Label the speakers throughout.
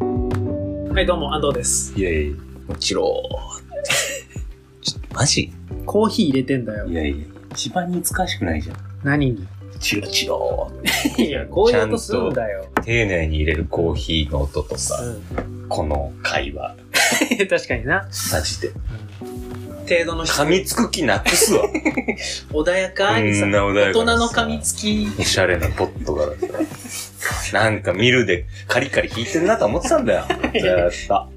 Speaker 1: はい、どうも、安藤です。
Speaker 2: いやいや、
Speaker 3: もち ろん。ちょマジ
Speaker 1: コーヒー入れてんだよ
Speaker 2: い。やいや、一番難しくないじゃん。
Speaker 1: 何に
Speaker 2: チロチローって
Speaker 1: いや、こういう音するんだよ。
Speaker 2: 丁寧に入れるコーヒーの音とさ、
Speaker 1: う
Speaker 2: この会話、
Speaker 1: ん、 確かにな。
Speaker 2: マジで。
Speaker 1: 程度の質
Speaker 2: 噛みつく気なくすわ。
Speaker 1: 穏やかにさ、
Speaker 2: こんな穏
Speaker 1: 大
Speaker 2: や
Speaker 1: 人
Speaker 2: かな
Speaker 1: の
Speaker 2: さ
Speaker 1: 噛みつき。
Speaker 2: おしゃれなポットからさ。なんかミルでカリカリ弾いてんなと思ってたんだよ。ずーっと。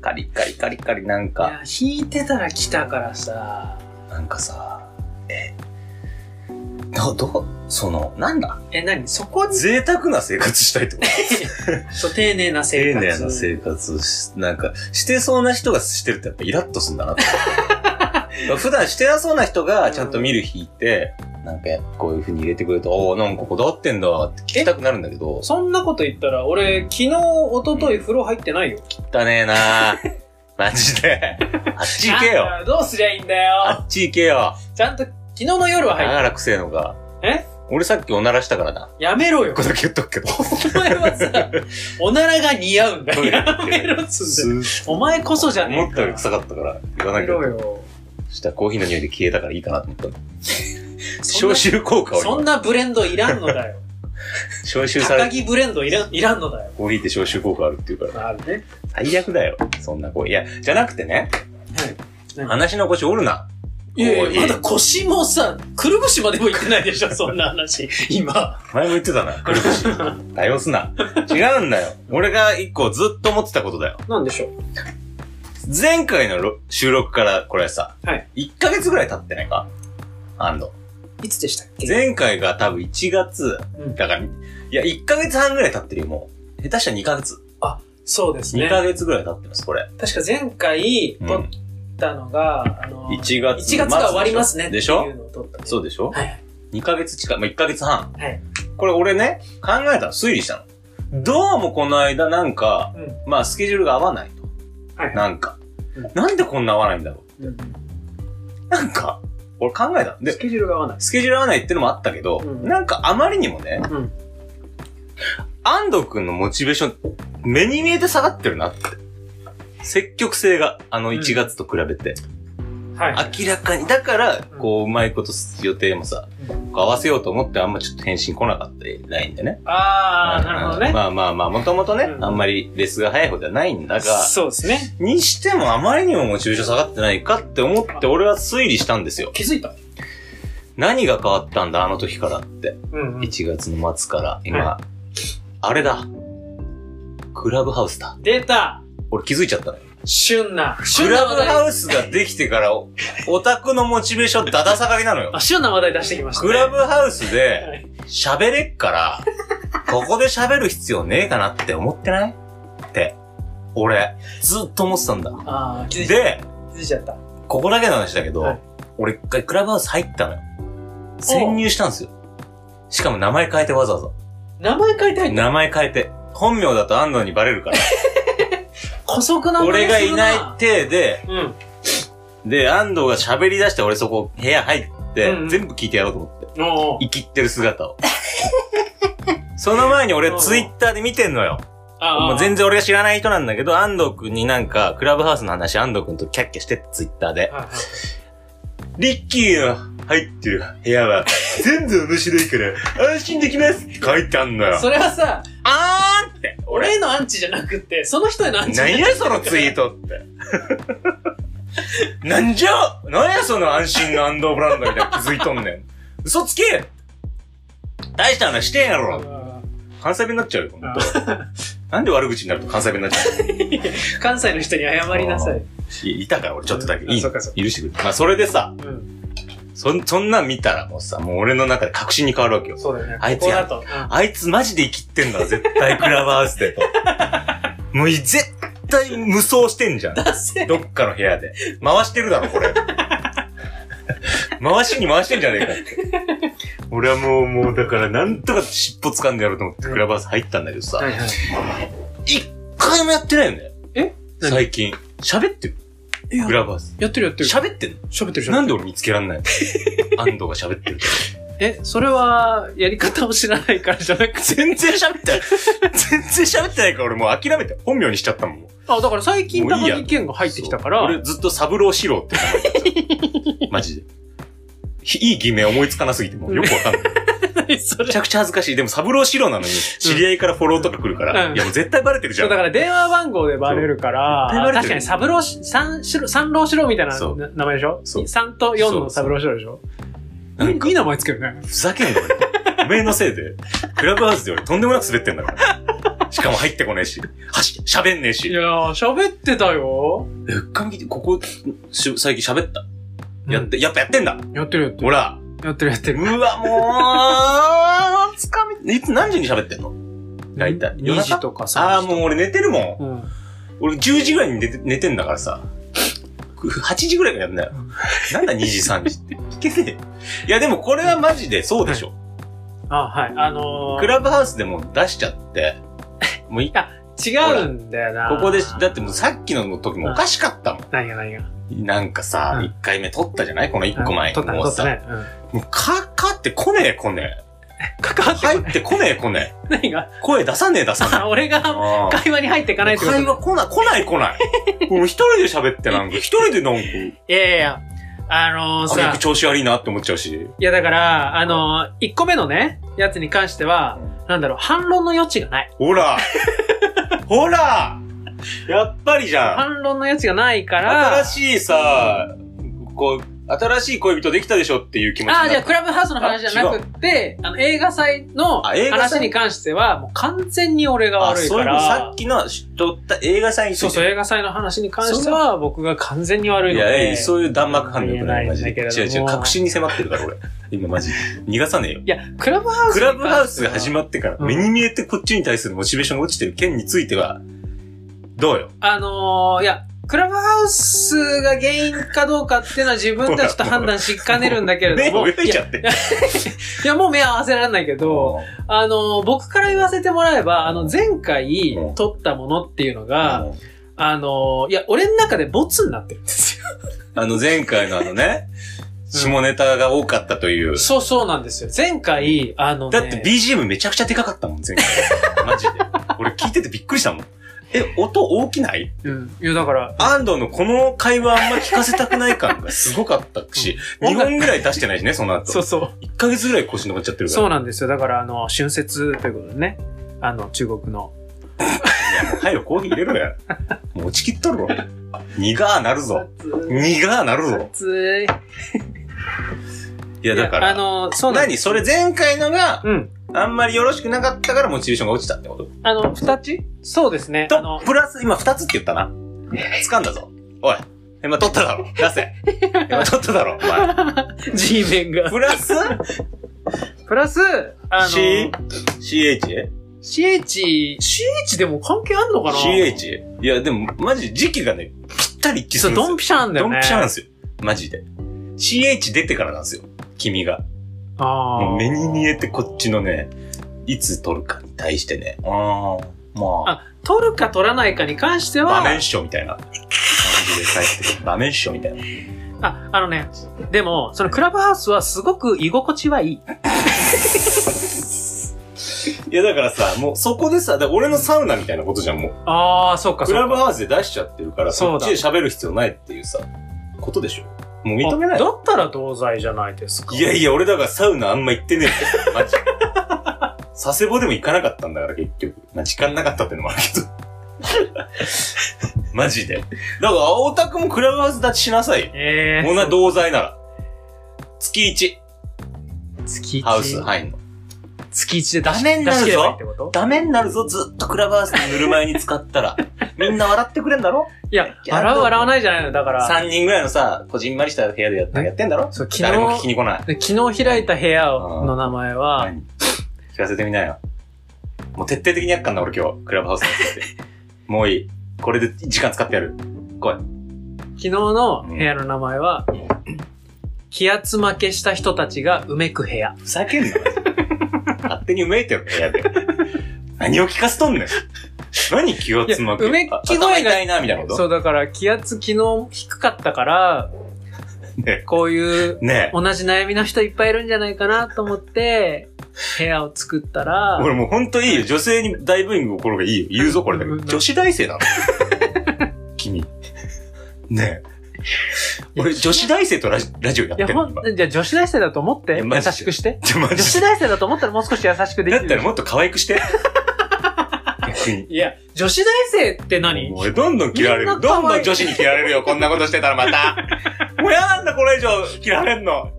Speaker 2: カリカリカリカリなん
Speaker 1: い
Speaker 2: か。
Speaker 1: や、弾いてたら来たからさ。
Speaker 2: なんかさ、え、ど、ど、その、なんだ
Speaker 1: え、何そこに、
Speaker 2: 贅沢な生活したいってこと
Speaker 1: そう、丁寧な生
Speaker 2: 丁
Speaker 1: 活。
Speaker 2: 寧な生活し、なんか、してそうな人がしてるってやっぱイラッとすんだ なって思う普段してなそうな人がちゃんと見る引いて、なんかこういう風に入れてくれると、おおなんかこだわってんだって聞きたくなるんだけど、
Speaker 1: そんなこと言ったら、俺、昨日、一昨日風呂入ってないよ。
Speaker 2: 汚ねえなー マジで。あっち行けよ。
Speaker 1: あー。どうすりゃいいんだよ。
Speaker 2: あっち行けよ。
Speaker 1: ちゃんと、昨日の夜は
Speaker 2: だ
Speaker 1: 入っ
Speaker 2: からくせえのか。
Speaker 1: え
Speaker 2: 俺さっきおならしたからな。こ
Speaker 1: て、やめろよ
Speaker 2: こ。だけ言っとくけど。
Speaker 1: お前はさ、おならが似合うんだよ。やめろっつうん だよ。お前こそじゃね
Speaker 2: 思
Speaker 1: え
Speaker 2: っ
Speaker 1: か
Speaker 2: たより
Speaker 1: ら。
Speaker 2: 臭かったから、言わ
Speaker 1: や
Speaker 2: な
Speaker 1: めろ。
Speaker 2: きゃ
Speaker 1: よ。
Speaker 2: したらコーヒーの匂いで消えたからいいかなと思った の。
Speaker 1: そんな
Speaker 2: 消臭効果を
Speaker 1: そん
Speaker 2: 今、
Speaker 1: なブレンドいらんのだ よ。
Speaker 2: 消臭さ
Speaker 1: 高
Speaker 2: れ、
Speaker 1: 木ブレンドいらんいらんのだよ。
Speaker 2: コーヒーって消臭効果あるっていうから。
Speaker 1: あるね。
Speaker 2: 最悪だよ。そんなコーヒー。いや、じゃなくてね、
Speaker 1: 何
Speaker 2: 話の腰折るな。
Speaker 1: いやいや、
Speaker 2: お
Speaker 1: ま
Speaker 2: い
Speaker 1: だ腰もさ、くるぶしまでも行ってないでし ょ、そんな話。今。
Speaker 2: 前も言って たな。くるぶし。多用すな。違うんだよ。俺が一個ずっと思ってたことだよ。
Speaker 1: なんでしょう。
Speaker 2: 前回のろ収録からこれさ、
Speaker 1: はい
Speaker 2: 1ヶ月ぐらい経ってないか安藤。
Speaker 1: いつでしたっけ
Speaker 2: 前回が多分1月、
Speaker 1: うん
Speaker 2: だから、いや、1ヶ月半ぐらい経ってるよ、もう。下手したら2ヶ月。
Speaker 1: そうです
Speaker 2: 2
Speaker 1: ね。
Speaker 2: ヶ月ぐらい経ってます、これ。
Speaker 1: 確か前回
Speaker 2: う
Speaker 1: 撮っ
Speaker 2: ん
Speaker 1: たのが、あの、
Speaker 2: 1
Speaker 1: 1
Speaker 2: 月
Speaker 1: 月が終わりますねってい
Speaker 2: でしょ
Speaker 1: うのを撮ったね。
Speaker 2: そうでしょ
Speaker 1: はい。
Speaker 2: ?2 ヶ月近い。まあ、1ヶ月半。
Speaker 1: はい。
Speaker 2: これ俺ね、考えたの、推理したの。どうもこの間なんか、
Speaker 1: うん。
Speaker 2: まあ、スケジュールが合わないと。
Speaker 1: はい
Speaker 2: なんか
Speaker 1: うん。
Speaker 2: なんでこんな合わないんだろ
Speaker 1: うん
Speaker 2: う。なんか、俺考えたの。
Speaker 1: ス
Speaker 2: で、
Speaker 1: ケジュールが合わない。
Speaker 2: スケジュール合わないってのもあったけど、
Speaker 1: うん
Speaker 2: なんかあまりにもね、
Speaker 1: うん
Speaker 2: 安藤くんのモチベーション、目に見えて下がってるなって。積極性が、あの1月と比べて。
Speaker 1: はい。
Speaker 2: 明らかに。だから、こう、うまいこと予定もさ、
Speaker 1: う
Speaker 2: こう合わせようと思ってあんまちょっと返信来なかったラインでね。
Speaker 1: あー、なるほど
Speaker 2: うん
Speaker 1: ね。
Speaker 2: まあまあまあ、もともとね、
Speaker 1: うん
Speaker 2: あんまりレスが早い方ではないんだが、
Speaker 1: そうですね。
Speaker 2: にしてもあまりにもモチベーション下がってないかって思って俺は推理したんですよ。
Speaker 1: 気づいた
Speaker 2: 何が変わったんだ、あの時からって。
Speaker 1: うんうん。
Speaker 2: 1月の末から、今、
Speaker 1: は
Speaker 2: あれだ。クラブハウスだ。
Speaker 1: 出た
Speaker 2: 俺気づいちゃったね。
Speaker 1: 旬な。
Speaker 2: ク
Speaker 1: 旬な
Speaker 2: ラブ
Speaker 1: 話題。
Speaker 2: ハウスができてから、お オタクのモチベーションだだ下がりなのよ
Speaker 1: あ、。旬な話題出してきましたね。
Speaker 2: クラブハウス
Speaker 1: は
Speaker 2: で
Speaker 1: い
Speaker 2: 喋れっから、ここで喋る必要ねえかなって思ってないって、俺、ずっと思ってたんだ。
Speaker 1: ああ、気づいちゃっ
Speaker 2: で、
Speaker 1: た。気づいちゃった。
Speaker 2: ここだけの話だけど、
Speaker 1: はい
Speaker 2: 俺一回クラブハウス入ったのよ。潜入したんですよ。しかも名前変えてわざわ
Speaker 1: 名前書いて
Speaker 2: ざ。
Speaker 1: 入った。
Speaker 2: 名前変えて。本名だと安藤にバレるから。
Speaker 1: 古速な
Speaker 2: 俺がいない
Speaker 1: い。
Speaker 2: 体で、
Speaker 1: うん。
Speaker 2: で、安藤が喋り出して俺そこ部屋入って、
Speaker 1: うんうん
Speaker 2: 全部聞いてやろうと思って。
Speaker 1: おうおう
Speaker 2: 生きってる姿を。その前に俺ツイッターで見てんのよ。
Speaker 1: あ
Speaker 2: もう全
Speaker 1: 然。
Speaker 2: 然俺が知らない人なんだけど、安藤くんになんか、クラブハウスの話、安藤くんとキャッキャしてって、ツイッターで。
Speaker 1: はいはい
Speaker 2: リッキーの入ってる部屋 は、全然面白いから、安心できますって書いてあんのよ。
Speaker 1: それはさ、
Speaker 2: あーんって、
Speaker 1: 俺
Speaker 2: 俺、
Speaker 1: へのアンチじゃなくって、その人へのアンチ。
Speaker 2: 何やそのツイートって。 なんじゃ何やその安心の安藤ブランドみたいな気づいとんねん。嘘つけ大した話してんや
Speaker 1: あ
Speaker 2: ろ
Speaker 1: ー
Speaker 2: 関西弁になっちゃうよ、ほんと
Speaker 1: あ。
Speaker 2: なんで悪口になると関西弁になっちゃう
Speaker 1: ー関西の人に謝りなさい。
Speaker 2: いいたから俺ちょっとだけ。
Speaker 1: うん
Speaker 2: い
Speaker 1: あ
Speaker 2: い
Speaker 1: そ
Speaker 2: の
Speaker 1: うかそう
Speaker 2: 許してくれ。まあそれでさ、
Speaker 1: うん。
Speaker 2: そん、そんなん見たらもうさ、もう俺の中で確信に変わるわけよ。
Speaker 1: そうだよね。
Speaker 2: あいつ
Speaker 1: ここ
Speaker 2: や
Speaker 1: だと。うん
Speaker 2: あいつマジで生きてんだ、絶対クラブハウスで と。もう絶対無双してんじゃん。
Speaker 1: ダセ
Speaker 2: どっかの部屋で。回してるだろ、これ。回しに回してんじゃねえかって。俺はもう、もうだからなんとか尻尾掴んでやろうと思ってクラブハウス入ったんだけどさ、
Speaker 1: いはい。
Speaker 2: 一回もやってないよね。
Speaker 1: え何
Speaker 2: 最近。喋ってる
Speaker 1: いや
Speaker 2: クラブハウス。
Speaker 1: やってるやってる。
Speaker 2: 喋ってんの
Speaker 1: 喋ってる
Speaker 2: なん
Speaker 1: で
Speaker 2: で俺見つけらんないの安藤が喋ってる。
Speaker 1: え、それは、やり方を知らないからじゃなくて。
Speaker 2: 全然喋って ない。全然喋ってないから俺もう諦めて本名にしちゃったもん。
Speaker 1: あ、だから最近
Speaker 2: もういい
Speaker 1: 高
Speaker 2: や
Speaker 1: 木健が入ってきたか
Speaker 2: そう
Speaker 1: ら
Speaker 2: 俺、ずっと三郎四郎って名前だった。マジで。ひいい偽名思いつかなすぎてもうよくわかんない。
Speaker 1: そ
Speaker 2: め
Speaker 1: れ。
Speaker 2: ちゃくちゃ恥ずかしい。でも三郎四郎なのに、知り合いからフォローとか来るから、
Speaker 1: うん
Speaker 2: いやもう絶対バレてるじ
Speaker 1: そ
Speaker 2: ゃ。
Speaker 1: うんだから電話番号でバレるから
Speaker 2: そう絶対バ、レてる
Speaker 1: 確かに三郎し、三四郎、三郎四郎みたいな
Speaker 2: そう
Speaker 1: な名前でしょ
Speaker 2: そう
Speaker 1: ?3 と4の三郎四郎でしょ
Speaker 2: なんか
Speaker 1: いいい名前つけるね。
Speaker 2: ふざけんな俺。おめえのせいで、クラブハウスで俺とんでもなく滑ってんだから。しかも入ってこねえし、はし、喋んねえ
Speaker 1: い
Speaker 2: し。
Speaker 1: やー、喋ってたよ。
Speaker 2: え、うっかみき、ここ、し最近喋った。やって、やっぱやってんだ
Speaker 1: うん。やってるやって
Speaker 2: ほ
Speaker 1: る。
Speaker 2: ら
Speaker 1: やってるやってる。
Speaker 2: うわ、もう、つかみ、いつ何時に喋ってんの大体夜
Speaker 1: 2
Speaker 2: 中
Speaker 1: 時とかさ。
Speaker 2: ああ、もう俺寝てるもん。
Speaker 1: う。うん。
Speaker 2: 俺10時ぐらいに寝て寝てんだからさ。8時ぐらいからやんだよ
Speaker 1: うん。
Speaker 2: なんだ2時3時って。聞けねえ。いやでもこれはマジでそうでしょ。
Speaker 1: あ、はい。あのー
Speaker 2: クラブハウスでもう出しちゃって。もういい。こ
Speaker 1: 違うんだよな。
Speaker 2: こで、だってもうさっきの時もおかしかったも
Speaker 1: 何が何が。
Speaker 2: ん。なんかさ、
Speaker 1: うん
Speaker 2: 1回目撮ったじゃないこの1個前
Speaker 1: 取ったね、
Speaker 2: も
Speaker 1: 取
Speaker 2: う
Speaker 1: った
Speaker 2: さ、
Speaker 1: ね。う
Speaker 2: もうかかってこねえこね
Speaker 1: ん。関わ
Speaker 2: え。
Speaker 1: ってこな
Speaker 2: 入
Speaker 1: い。
Speaker 2: ってこねえこね
Speaker 1: 何が
Speaker 2: え。声出さねえ出さねえ
Speaker 1: あ 俺が
Speaker 2: あー。
Speaker 1: 会話に入っていかないってこと
Speaker 2: 会話来ない、来ない来 ない。もう一人で喋ってなんか、一人でなんか、
Speaker 1: いやいやいや。あのー、
Speaker 2: あれ
Speaker 1: さ、
Speaker 2: 調子悪いなって思っちゃうし。
Speaker 1: いやだから、あのー、1個目のね、やつに関しては、なんだろう、反論の余地がない。
Speaker 2: ほらほらやっぱりじゃん
Speaker 1: 反論の余地がないから、
Speaker 2: 新しいさ、こう、新しい恋人できたでしょっていう気持ちにな
Speaker 1: あ
Speaker 2: っ
Speaker 1: あ、
Speaker 2: て
Speaker 1: じゃあ、クラブハウスの話じゃなくって、あの、映画祭の
Speaker 2: あ映画祭
Speaker 1: 話に関しては、もう完全に俺が悪い
Speaker 2: そ
Speaker 1: か
Speaker 2: ういうことさ
Speaker 1: ら
Speaker 2: っ、きの知っとった映画祭につい
Speaker 1: そ
Speaker 2: て
Speaker 1: うそう、映画祭の話に関しては、僕が完全に悪い
Speaker 2: い
Speaker 1: の
Speaker 2: や、
Speaker 1: で。
Speaker 2: えいそういう弾幕反応よくな
Speaker 1: 言えな
Speaker 2: い、
Speaker 1: い
Speaker 2: マ
Speaker 1: ん
Speaker 2: ジで。
Speaker 1: だけれども
Speaker 2: 違う違う、確信に迫ってるから、俺。今、マジで。逃がさねえよ。
Speaker 1: いや、クラブハウス
Speaker 2: クラブハウスが始
Speaker 1: ま
Speaker 2: まってから、
Speaker 1: うん
Speaker 2: 目に見えてこっちに対するモチベーションが落ちてる件については、どうよ
Speaker 1: あのー、いや、クラブハウスが原因かどうかっていうのは自分たちと判断しかねるんだけれども。
Speaker 2: 目を泳い
Speaker 1: い
Speaker 2: ち
Speaker 1: や
Speaker 2: ゃって。
Speaker 1: いや、もう目合わせられないけど、あのー、僕から言わせてもらえば、あの、前回
Speaker 2: うん
Speaker 1: 撮ったものっていうの
Speaker 2: あ
Speaker 1: が、
Speaker 2: の
Speaker 1: あのー、いや、俺の中でボツになってるんですよ。
Speaker 2: あの前回のあのね、下ネタが多かったという。
Speaker 1: そうそうなんですよ。前回、あの、ね、
Speaker 2: だって BGM めちゃくちゃでかかったもん、前 回。マジで。俺聞いててびっくりしたもん。え、音大きない
Speaker 1: うん。いや、だから、
Speaker 2: 安藤のこの会話あんま聞かせたくない感がすごかったし、
Speaker 1: うん
Speaker 2: 2本ぐらい出してないしね、その
Speaker 1: そ
Speaker 2: 後
Speaker 1: う。そ
Speaker 2: 1ヶ月ぐらい腰残っちゃって
Speaker 1: う。
Speaker 2: るから。
Speaker 1: そうなんですよ。だから、あの、春節ということでね、あの、中国の。
Speaker 2: いや、もう早くコーヒー入れろや。もう落ちきっとるわ。苦ーなるぞ。苦ーなるぞ。
Speaker 1: 暑い。
Speaker 2: いや、だか
Speaker 1: いやあ
Speaker 2: ら。
Speaker 1: の、そうなんで
Speaker 2: 何
Speaker 1: す
Speaker 2: それ前回のが、
Speaker 1: うん。
Speaker 2: あんまりよろしくなかったからモチベーションが落ちたってこと
Speaker 1: あの、二つそうですね。あの
Speaker 2: と、、プラス、今二つって言ったな。掴んだぞ。おい。今取っただろ。出せ。今取っただろ。お前。
Speaker 1: G メンが。
Speaker 2: プラス、
Speaker 1: プラス、あの、
Speaker 2: C、CH?
Speaker 1: CH、CH でも関係あんのかな
Speaker 2: CH? いや、でも、マジ時期がね、ぴったり一致す
Speaker 1: そう、
Speaker 2: るんです
Speaker 1: ドン
Speaker 2: よ。
Speaker 1: ピシャなんだよ
Speaker 2: ド
Speaker 1: ね。
Speaker 2: ンピシャなんですよ。マジで。CH 出てからなんですよ。君が。
Speaker 1: あ
Speaker 2: も
Speaker 1: あ。
Speaker 2: う目に見えてこっちのね、いつ取るかに対してね。ああ、まあ、
Speaker 1: 取るか取らないかに関して
Speaker 2: 場
Speaker 1: は、
Speaker 2: 面賞みたいな感じで返ってくる。場面賞みたいな。
Speaker 1: あ、あのね、でも、そのクラブハウスはすごく居心地はいい。
Speaker 2: いや、だからさ、もうそこでさ、だから俺のサウナみたいなことじゃん、もう。
Speaker 1: ああ、そうか、
Speaker 2: ク
Speaker 1: そう
Speaker 2: ラブ
Speaker 1: か。
Speaker 2: ハウスで出しちゃってるから、
Speaker 1: そ
Speaker 2: そうっ
Speaker 1: だ
Speaker 2: ちで喋る必要ないっていうさ、ことでしょ。もう認めない
Speaker 1: あだったら同罪じゃないですか。
Speaker 2: いやいや、俺だからサウナあんま行ってねえんだよ。マジ。佐世保でも行かなかったんだから、結局。まあ、時間なかったってのもある けど。マジで。だから、オタクもクラブハウス立ちしなさいよ。
Speaker 1: ええ
Speaker 2: こんな同罪なら。月
Speaker 1: 月
Speaker 2: 1、
Speaker 1: 一。
Speaker 2: ハウス入んの。
Speaker 1: 月一で出し
Speaker 2: ダメになるぞ
Speaker 1: 出し切ればいいってこと
Speaker 2: ダメになるぞ、ずっとクラブハウスに塗る前に使った ら。みんな笑ってくれんだ ろ
Speaker 1: いや、洗う洗わないじゃないの。だから、
Speaker 2: ?3 人ぐらいのさ、こじんまりした部屋でやってやってんだろ
Speaker 1: そう昨
Speaker 2: 誰も聞
Speaker 1: 日
Speaker 2: き、に来ない。
Speaker 1: で昨日開いた部屋の名前は、
Speaker 2: 何聞かせてみなよ。もう徹底的にやっかんな、俺今日。クラブハウスについ て。もういい。これで時間使ってやる。
Speaker 1: 昨日の部屋の名前は、気圧負けした人たちがうめく部屋。
Speaker 2: ふざけんな。マジで 勝手にうめいてよ、部屋で。何を聞かせとんねん。何気をつまく。
Speaker 1: いやうめき声が
Speaker 2: あ頭痛いな、みたいなこと
Speaker 1: そう、だから気圧昨日低かったから、
Speaker 2: ね
Speaker 1: こういう
Speaker 2: ね
Speaker 1: 同じ悩みの人いっぱいいるんじゃないかなと思って、部屋を作ったら、
Speaker 2: 俺もうほんといいよ。女性に大ブーイング起こるがいいよ。言うぞ、これだけど。
Speaker 1: うん
Speaker 2: 女子大生 なの君。ねえ。俺、女子大生とラジラジオや
Speaker 1: い
Speaker 2: って
Speaker 1: や、
Speaker 2: る
Speaker 1: ほ
Speaker 2: の
Speaker 1: ん
Speaker 2: 今。、
Speaker 1: じゃあ女子大生だと思っ
Speaker 2: い
Speaker 1: て、
Speaker 2: やマ
Speaker 1: 優
Speaker 2: ジで
Speaker 1: しくして。
Speaker 2: マ
Speaker 1: 女
Speaker 2: ジ
Speaker 1: 子
Speaker 2: で。
Speaker 1: 大生だと思ったらもう少し優しくでき
Speaker 2: だ
Speaker 1: る。
Speaker 2: ったらもっと可愛くして。逆に。
Speaker 1: いや、女子大生って何
Speaker 2: もう俺、どんどん嫌われ
Speaker 1: み
Speaker 2: る。
Speaker 1: んな可
Speaker 2: ど
Speaker 1: 愛い
Speaker 2: んどん女子に嫌われるよ。こんなことしてたらまた。もうやなんだ、これ以上嫌われんの。